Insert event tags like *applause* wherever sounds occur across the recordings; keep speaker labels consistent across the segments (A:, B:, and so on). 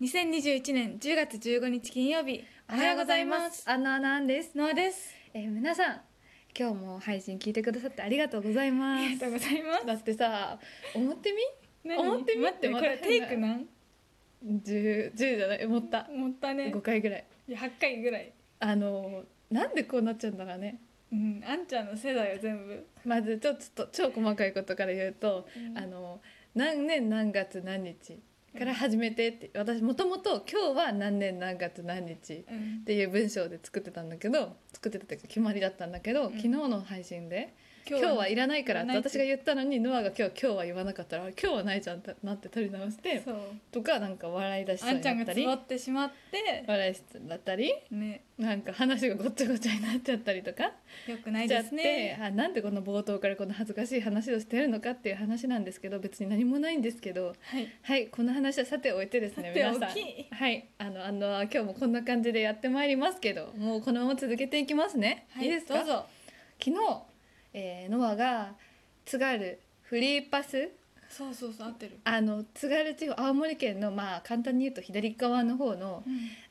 A: 2021年10月15日金曜日おはようございます
B: あのあなんです。
A: ノアです
B: えー皆さん、今日も配信聞いてくださってありがとうございま
A: あり
B: す。
A: がとうございま
B: *laughs* だってさ、思ってみ
A: 何
B: 思ってみ
A: 待ってこれテイク
B: な
A: なん
B: ?10、10じゃない、思った。
A: 思ったね
B: 5回ぐらい。
A: いや8回ぐらい
B: あのー、なんでこうなっちゃうんだろうね。
A: うんあんちゃんの世代は全部
B: まずちょっと超細かいことから言うと、
A: うん
B: あの何年何月何日から始めてって私もともと今日は何年何月何日
A: うん
B: っていう文章で作ってたんだけど作ってたっていうか決まりだったんだけど、
A: ん
B: 昨日の配信で「今日はいらないから」って
A: いらないって
B: 私が言ったのにノアが今日「今日は言わなかったらあ今日はないじゃん」ってなって取り直して
A: そう
B: とかなんか笑い出しそう
A: あん
B: に
A: ちゃん
B: なっ
A: が
B: た
A: つ
B: り
A: ぼってしまって
B: 笑いしそうになったり
A: ね
B: なんか話がごっちゃごちゃになっちゃったりとか。
A: よくない
B: ちゃ
A: で
B: っ
A: す
B: て、
A: ね
B: あなんでこの冒頭からこの恥ずかしい話をしてるのかっていう話なんですけど別に何もないんですけど
A: はい
B: はいこの話はさておいてですね皆
A: さて
B: さ
A: おき
B: んはいあのあの今日もこんな感じでやってまいりますけどもうこのまま続けていきますね、
A: はい
B: いですか
A: どうぞ
B: 昨日、えーノアが津軽フリーパス
A: そうそうそう合ってる
B: あの津軽地方青森県のまあ簡単に言うと左側の方の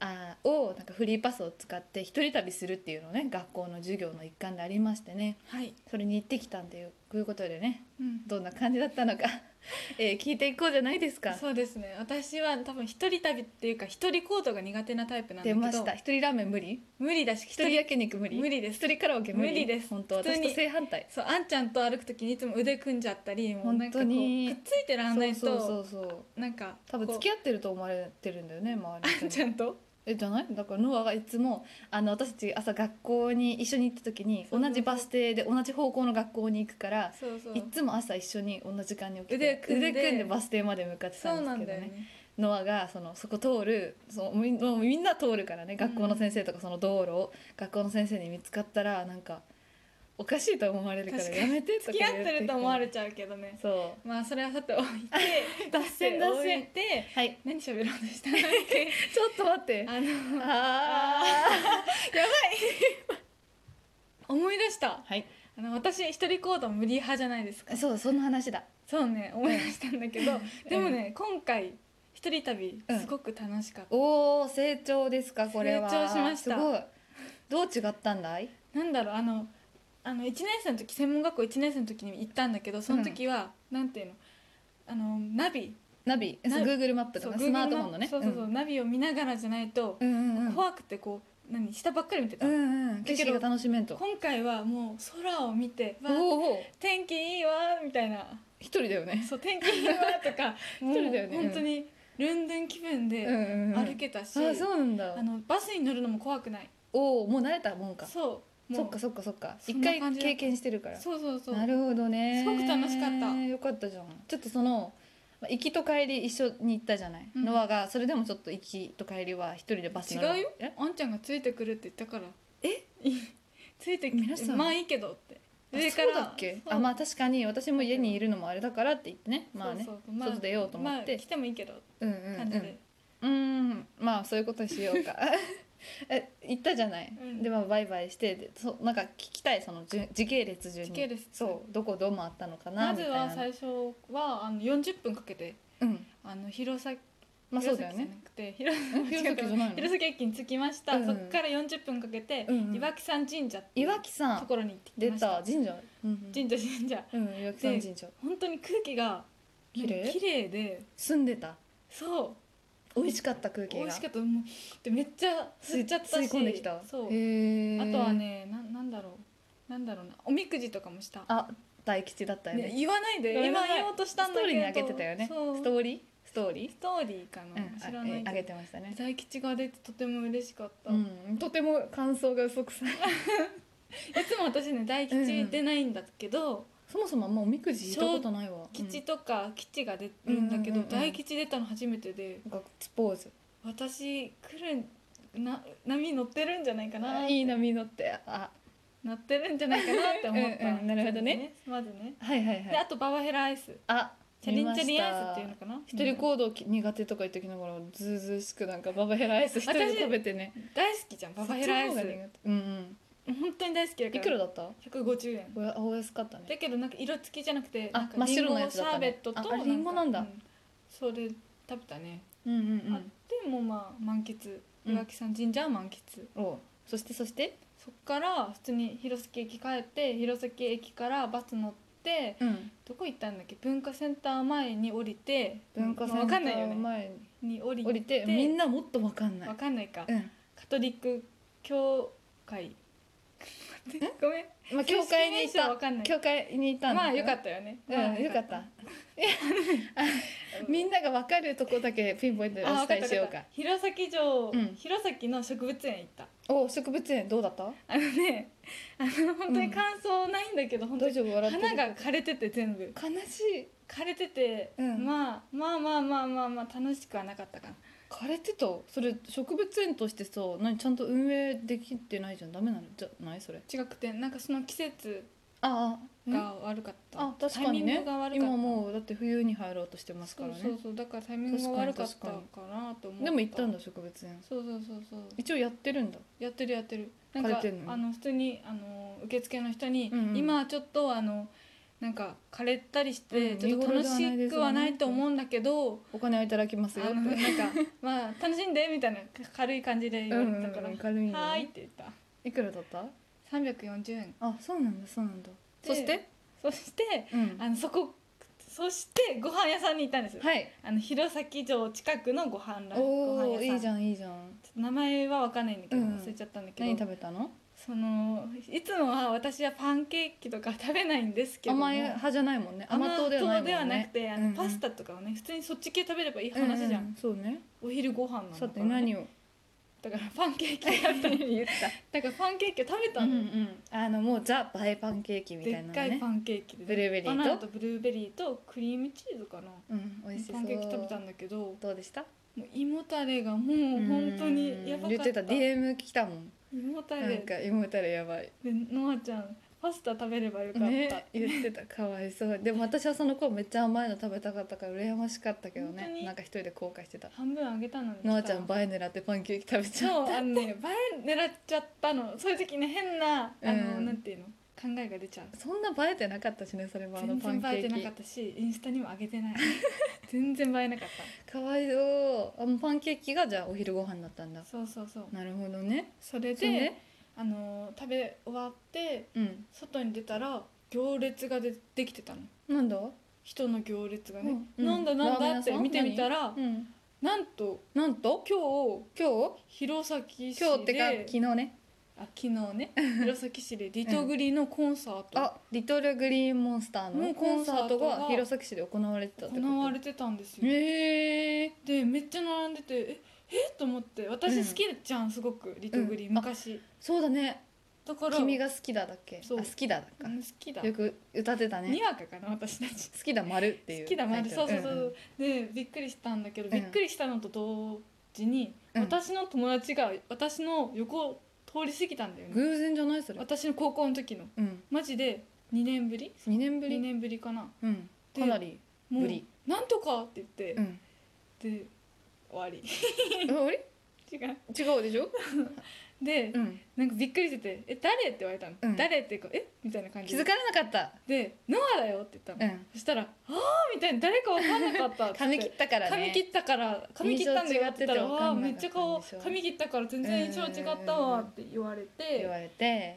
B: あーをなんかフリーパスを使って一人旅するっていうのをね学校の授業の一環でありましてね
A: はい
B: それに行ってきたんでこういうことでね
A: うん
B: どんな感じだったのか、 *laughs* えー聞いていこうじゃないですか
A: そうですね私は多分一人旅っていうか一人行動が苦手なタイプなんだけ
B: 出
A: ど
B: ました一人ラーメン無理
A: 無理だし
B: 一人焼肉無理
A: 無理です
B: 一人カラオケ無理
A: 無理です
B: 本当
A: 普通
B: 私
A: に
B: と正反対
A: そうあんちゃんと歩く時にいつも腕組んじゃったりもうなんかこうく
B: 本当
A: っ
B: に
A: ついてらんないと
B: そうそうそうそう
A: なんか
B: 多分付
A: 合
B: き合ってると思われてるんだよね周りの
A: *laughs* あんち
B: 人
A: ゃ
B: に
A: んと
B: えじゃないだからノアがいつもあの私たち朝学校に一緒に行った時に
A: そう
B: 同じバス停で同じ方向の学校に行くから
A: そうそう
B: いつも朝一緒に同じ時間に起きて
A: 腕組んで
B: 腕組んでバス停まで向かって
A: そ
B: た
A: うん
B: で
A: な
B: すけ
A: ん
B: ど
A: だよ
B: ね
A: ね
B: ノアがそのそこ通るそうみんもうみんな通るからね学校の先生とかその道路を学校の先生に見つかったらなんかおかしいと思われるから
A: 確かに
B: やめてとか
A: 付き合っ
B: 言
A: てると思われ
B: て
A: ちゃうけどね
B: そ
A: まあそれはさておい *laughs* て
B: 脱線脱線
A: 置いて *laughs*
B: うはい
A: 何喋ろうとしたんだっけ
B: ちょっと待って
A: あの
B: あ
A: 思い出した
B: ーはい
A: あの私一人行動無理派じゃないですか
B: そうその話だ
A: そうね思い出したんだけど、でもね今回一人旅
B: うん
A: すごく楽しかった、
B: おお成長ですかこれは
A: 成長しました
B: すごいどう違ったんだい
A: なんだろうあのあの1年生の時専門学校1年生の時に行ったんだけどその時は、なんていうのあのナビ
B: ナビ
A: ナ
B: Google マップと
A: そう
B: かスマートフォンのね
A: Google そうそうそう、ナビを見ながらじゃないと
B: う、んうんうん
A: 怖くてこう何下ばっかり見てた、
B: うんうん景色が楽しめんと
A: 今回はもう空を見て「わあ
B: おお
A: 天気いいわ」みたいな
B: 一人だよ
A: 「
B: ね
A: そう天気いいわ」と
B: *laughs*
A: かもう
B: 人だよねうん
A: 本当にルンルン気分
B: うん
A: で
B: うんうん
A: 歩けたし、
B: あそうなんだ
A: あのバスに乗るのも怖くない
B: おおもう慣れたもんか
A: そうも
B: そうっかそっかそっか
A: そ
B: 一
A: んな
B: 回
A: 感じだ
B: 経験してるから
A: そうそうそう
B: なるほどね
A: すごく楽しかった
B: よかったじゃんちょっとそのまあ行きと帰り一緒に行ったじゃない、
A: うん
B: ノアがそれでもちょっと行きと帰りは一人でバス乗る
A: 違うよ
B: え
A: あんちゃんがついてくるって言ったから
B: え
A: いい *laughs* ついてき
B: 皆
A: て
B: さん
A: まあいいけどって
B: あそうだっけ
A: そう
B: あまあ確かに私も家にいるのもあれだからって言ってねまあね
A: そうそう
B: 外出ようと思っ
A: まあ
B: て
A: 来、てもいいけどって
B: うんうん
A: 感じで、
B: うんうーんまあそういうことにしようか *laughs* え行ったじゃない、
A: うん
B: でまあバイバイしてでそうなんか聞きたいそのじゅ時系列順に
A: 時系列
B: そうどこどう回ったのかな
A: ま
B: みた
A: ず
B: いな
A: は最初はあの40分かけて
B: うん
A: あの弘前
B: まあそうだよね。
A: 弘前
B: 弘
A: じゃな
B: 前
A: くて
B: じ
A: 弘
B: ゃない
A: *laughs*
B: の
A: 弘前駅に着きました、
B: うん
A: そこから40分かけて、
B: うんうん
A: 岩木山神社っていう
B: 岩木さ
A: と
B: ん
A: ころに行ってき
B: 出
A: ました
B: た神社。うん
A: 神社神社
B: うん岩木さん神社。
A: 本当に空気が
B: 綺麗
A: 綺麗で
B: 住んでた。
A: そう
B: 美味しかった空気が。
A: 美味しかったもうでめっちゃ吸っちゃったし
B: 吸い込んできた。
A: そう
B: へ
A: あ
B: ー
A: とは。ねななんだろうなんだろうなおみくじとかもした、
B: あ大吉だったよ
A: ね、
B: ね。
A: 言わないで
B: ごめんな
A: 今
B: さい
A: 言おうとしたん
B: ス
A: だ
B: ト
A: け
B: ー
A: ど
B: リーにあげてたよね。ス
A: そう
B: トーリーストーリ
A: ストーリーかな、
B: ー。
A: 知
B: う
A: ら
B: んあ
A: な
B: え
A: い
B: あ
A: け
B: げ
A: ど
B: てましたね。
A: 大吉が出てとても嬉しかった、
B: う
A: い
B: んとても感想が嘘くさい。
A: つも私ね大吉出ないんだけど、
B: そもそもあんまおみくじ行ったことないわ。
A: 吉とか吉が出るんだけど、
B: うんうんうんうん
A: 大吉出たの初めてで
B: うん。ガッツポーズ。
A: 私来るんな波乗ってるんじゃないかな
B: あいい波乗ってあ
A: 乗ってるんじゃないかなって思った
B: うんうんなるほどね
A: まずね、
B: はいはい
A: で
B: は
A: あ
B: い。
A: とババヘラアイス
B: あ
A: チャリンチャリン
B: 見ました
A: アイスっていうのかな
B: 一人行動苦手とか言ってきながらずうずうしくなんかババヘラアイス一人で食べてね
A: 大好きじゃんババヘラアイス
B: そっちの方が苦手うん
A: 本当に大好きだ
B: うん
A: か
B: い
A: ら
B: くらだった
A: 150円
B: おやお安かったね
A: だけどなんか色付きじゃなくて
B: あ
A: なんか
B: 真っ白のやつだ
A: リンゴ
B: った
A: シャーベ
B: ね
A: ットと
B: ああれリンゴなんだ
A: うそれ食べたね、
B: うんうんう
A: あ
B: ん
A: でもまあ満喫
B: うん
A: 岩木山神社は満喫、
B: おうそしてそして
A: そっから普通に弘前駅帰って弘前駅からバス乗って
B: うん
A: どこ行ったんだっけ文化センター前に降りて
B: 文化セ
A: わ
B: ンタ
A: かんないよ
B: ー
A: ね
B: 前に
A: に降り
B: 降りてみんなもっとわかんない
A: わかんないか、
B: うん
A: カトリック教会待ってごめん
B: まあ教会にい
A: 正式名称
B: た
A: わかんない
B: 教会にいたんだ
A: まあ
B: ね
A: よかったよね、ま
B: う
A: あ
B: んよかったみんながわかるとこだけピンポイントでお
A: あ分かっ
B: 伝
A: た
B: えしよ
A: 分
B: う
A: かっ
B: か
A: た弘前城、
B: うん
A: 弘前の植物園行った
B: お植物園どうだった
A: あのねあの本当に感想ないんだけど、本当
B: 大
A: に
B: 丈夫笑ってる
A: 花が枯れてて全部
B: 悲しい
A: 枯れてて、
B: うん
A: まあ、まあまあまあまあまあ楽しくはなかったかな
B: 枯れてたそれ植物園としてさ何ちゃんと運営できてないじゃんダメなのじゃないそれ
A: 違くてなんかその季節
B: ああ
A: が悪かった、
B: あ確かにね
A: タイミングが悪かった
B: 今もうだって冬に入ろうとしてます
A: そ
B: か
A: う
B: らね
A: そうそうだからタイミングが悪かったかなと思った
B: でも行ったんだ植物園
A: そうそうそうそう
B: 一応やってるんだ
A: やってるやってるなん
B: 枯れ
A: か
B: てんの
A: あの普通にあの受付の人に、
B: うんうん
A: 今はちょっとあのなんか枯れたりして、
B: うん
A: ちょっと楽しくはないと思うんだけど、
B: お金はいただきますよ
A: あのなんか *laughs* まあ楽しんでみたいな軽い感じで言われたから「
B: うんうんうん軽いんだね
A: はーい」って言った
B: いくらだった
A: 340円
B: あそうなんだそうなんだ
A: で
B: そして
A: そして
B: うん
A: あのそこそしてご飯屋さんに行ったんです、
B: はい
A: あの弘前城近くのご飯らご飯
B: お
A: 屋さん
B: おいいじ
A: ん
B: ゃんいいじゃん
A: 名前は分かんないんだけど、
B: うん
A: 忘れちゃったんだけど
B: 何食べたの
A: そのいつもは私はパンケーキとか食べないんですけども
B: 甘い派じゃないもんね甘党ではない
A: 甘
B: もんね
A: 党ではなくてあの、
B: うんうん
A: パスタとかをね普通にそっち系食べればいい話じゃん、
B: ううそうね
A: お昼ご飯なの
B: さて
A: *laughs*
B: 何を
A: だからパンケーキだ
B: *laughs*
A: った
B: 言っ
A: だからパンケーキを食べた
B: う
A: の、
B: んうんあのもうザ映えパンケーキみ
A: で
B: たいな
A: っ
B: の
A: かい
B: ね
A: パンケーキで
B: ブルーベリーと
A: バナナとブルーベリーとクリームチーズかな
B: うん美味しそう
A: パンケーキ食べたんだけども
B: どうでした
A: う胃もたれがもう本当にやばかった
B: うん言ってた DM 来たもん
A: 胃もた
B: なん
A: れで
B: か胃もたれやばい
A: ノアちゃんパスタ食べればよかった、
B: ね言ってたかわいそうでも私はその子めっちゃ甘いの食べたかったから羨ましかったけど
A: 本当
B: ね
A: に
B: なんか一人で後悔してた
A: 半分あげたのに
B: のあちゃん映
A: バ
B: え狙ってパンケーキ食べちゃ
A: そううあのね映え狙っちゃったのそういう時ね変なあの、
B: うん
A: なんていうの考えが出ちゃう
B: そんな映えてなかったしねそれもあの
A: 全
B: パンケ
A: 然映え
B: ー
A: てなか
B: キ
A: ったしインスタにも上げ
B: *laughs*
A: てない全然映えなかっ
B: かわいそうあのパンケーキがじゃあお昼ご飯だったんだ
A: たそうそうそう
B: なるほどね
A: それで
B: そうね
A: あの食べ終わって
B: うん
A: 外に出たら行列がでできてたの
B: なんだ
A: 人の行列がね、
B: うん
A: なんだなん
B: ラーメン
A: だ
B: 屋
A: っ
B: さ
A: て
B: ん
A: 見てみたら、
B: うん
A: なんと
B: なんと
A: 今日
B: 今日
A: 弘前市で
B: 今日ってか昨日ね
A: あ昨日ね弘前市でリトグリのコンサート、
B: あリトルグリーンモンスター
A: の
B: のコンサート
A: コンサート
B: が
A: が
B: 弘前市で行われてたってこと
A: 行われてたんですよ
B: へえ
A: でめっちゃ並んでてええと思って私好きじゃん、すごくリトグリ
B: うん
A: 昔、
B: そうだね
A: だから
B: 君が好きだだっけ
A: そう
B: あ好きだだ
A: う
B: か
A: ん好きだ、
B: よく歌ってたね
A: にわかかな私たち
B: 好きだ丸っていう
A: 好きだまるそうそうそう、
B: んん
A: でびっくりしたんだけど、
B: ん
A: びっくりしたのと同時に、
B: うん
A: 私の友達が私の横を通り過ぎたんだよね
B: 偶然じゃないそれ
A: 私の高校の時の
B: うん
A: マジで2年ぶり
B: 2年ぶ
A: 2
B: り
A: 年ぶりかな
B: うん
A: で
B: かなり
A: も
B: ぶ
A: う
B: り
A: なんとかって言って、
B: うん
A: で終わり *laughs*
B: ああれ
A: 違う
B: 違うでしょ
A: で、
B: うん
A: なんかびっくりしてて「え誰?」って言われたの「
B: うん
A: 誰?」っていうか「えみたいな感じ
B: 気
A: で
B: づかれなかった
A: で「ノアだよ」って言った
B: う
A: の、
B: ん
A: そしたら「ああ」みたいな誰かわかんなかったっつって
B: *laughs* 髪切ったからね
A: 髪切ったから髪切ったんだよって言ったら
B: 印象違っててわ
A: わ
B: か
A: あ
B: んな
A: め
B: か
A: っ
B: った
A: ち
B: んでしょ
A: ゃ顔髪切ったから全然印象違ったわって言われ
B: 言わ
A: て
B: れて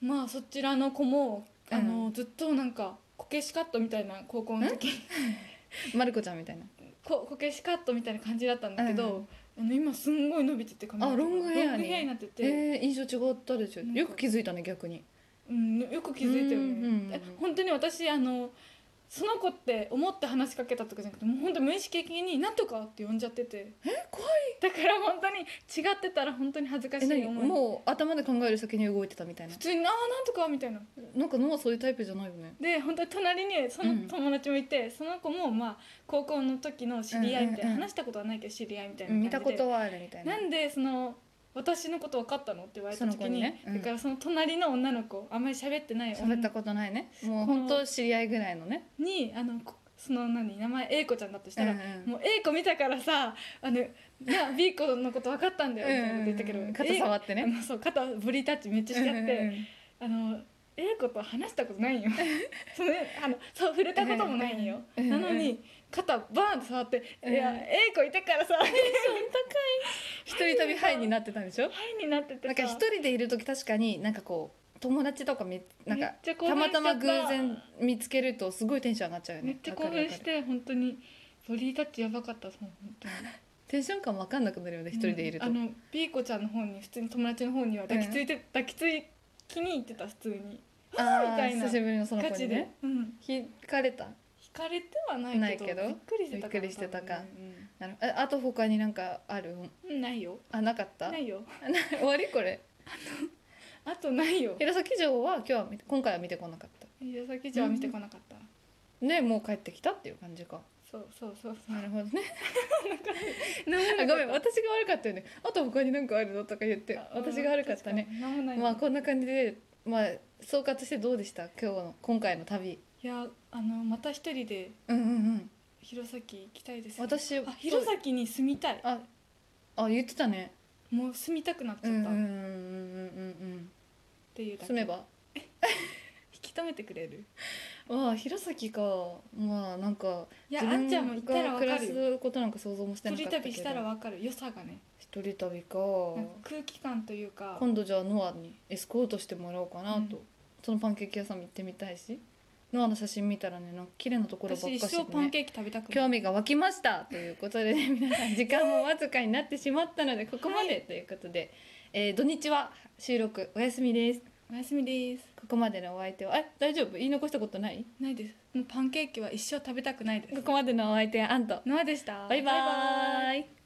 A: まあそちらの子もあ
B: う
A: のずっとなんかこけしカットみたいな高校の時
B: まる子ちゃんみたいな
A: ここけしカットみたいな感じだったんだけ
B: う
A: ど
B: ん
A: あの今すんごい伸びてて髪の毛
B: あロングヘアに
A: ロングヘアになってて、
B: えー、印象違ったでしょ
A: なんか
B: よく気づいたね逆に
A: うん、よく気づいたよ
B: うんうんうん
A: ねえ本当に私あのその子って思って話しかけたとかじゃなくてもう本当無意識的に「なんとか」って呼んじゃってて
B: え怖い
A: だから本当に違ってたら本当に恥ずかし
B: え
A: い
B: 何
A: 思い
B: もう頭で考える先に動いてたみたいな
A: 普通に「ああなんとか」みたいな
B: なんか脳はそういうタイプじゃないよね
A: で本当に隣にその友達もいて、その子もまあ高校の時の知り合いみたいな、
B: うんうんうん
A: 話したことはないけど知り合いみたいな感じで
B: 見たことはあるみたいな
A: なんでその私のこと分かったのって言われた
B: その
A: 時
B: 子に
A: に
B: ねうん
A: だからその隣の女の子あんまり喋ってない女
B: 喋っ
A: の
B: た
A: 子
B: ことないねもう本当知り合いぐらいのね
A: にあのこその何名前 A 子ちゃんだとしたら、
B: うんうん
A: もう A 子見たからさあのな B 子のこと分かったんだよみたいなこと言ったけど、
B: うんうんうん肩触ってね
A: A あのそう肩ブリタッチめっちゃしちゃって、あの *laughs* A 子と話したことないよそのあのそう触れたこともないよ、
B: うんうん
A: なのに肩バーンって触って「
B: うん
A: いやえい子いてからさハ
B: 一人旅ハイになってたんでしょ
A: イになってて
B: な
A: さ
B: んか一人でいる時確かになんかこう友達とかめなん
A: めっ
B: か
A: ちゃ興
B: た
A: 奮
B: ま
A: しちゃ
B: た
A: った
B: ま偶然見つけるとすごいテンション上がっちゃうよね
A: めっちゃ興奮し
B: わかるわかる
A: て本当にボディータッチやばかったその本当に
B: テンション感わかんなくなるよね一人でいると、
A: うんあの B 子ちゃんの方に普通に友達の方には抱きついて、抱きつい気に入ってた普通に
B: あー
A: みたいな
B: 久しぶりのその
A: ガ
B: 子
A: チ
B: に
A: で、
B: ね
A: うん
B: 引かれた
A: 惹かれてはないけど
B: ないけど
A: びっくりしてたかな
B: びっくりしてたか
A: 多分ね
B: なるああと他になんかある
A: うんうんないよ
B: あなかった
A: ないよ
B: *laughs* 終わりこれ
A: あとないよ
B: 弘前城は今日は見て今回は見てこなかった
A: 矢崎城は見てこなかった、
B: ねもう帰ってきたっていう感じか
A: そうそうそうそう
B: なるほどね
A: あ
B: *laughs* あごめん私が悪かったよねあと他になんかあるのとか言って私が悪かったね
A: 何もない、
B: まあこんな感じでまあ総括してどうでした今日の今回の旅
A: いやあのまた一人で
B: うんうんうん
A: 弘前行きたいです
B: 私
A: あ弘前に住みたい
B: ああ言ってたね
A: もう住みたくなっち
B: うん
A: ゃ
B: う
A: っ
B: ん
A: た
B: うんう
A: っ
B: んうん
A: ていう
B: うん
A: だけ
B: 住めば
A: 引き止めてくれる
B: まあ弘前かまあなんか
A: いやあんちゃんも行ったらわか
B: 暮ら
A: るよ
B: すことなんか想像もして
A: 一
B: なかっ
A: 人
B: たけ
A: 旅
B: ど
A: したらわかる良さがね
B: 一人旅か
A: なんか空気感というか
B: 今度じゃあノアにエスコートしてもらおうかなと、
A: うん
B: そのパンケーキ屋さんも行ってみたいしノアの写真見たらねなんか綺麗なところばっ
A: 私
B: か
A: 一
B: しで、
A: 生パン
B: ね、
A: ケーキ食べたくな
B: 興
A: い
B: 味が湧きましたということで、ね、皆さん時間もわずかになってしまったのでここまでということで、えー土日は収録お休みです
A: おやすみです
B: ここまでのお相手はえ大丈夫言い残したことない
A: ないですもうパンケーキは一生食べたくないです
B: ここまでのお相手はアンと
A: ノアでした
B: バイバ
A: バイバーイ
B: イ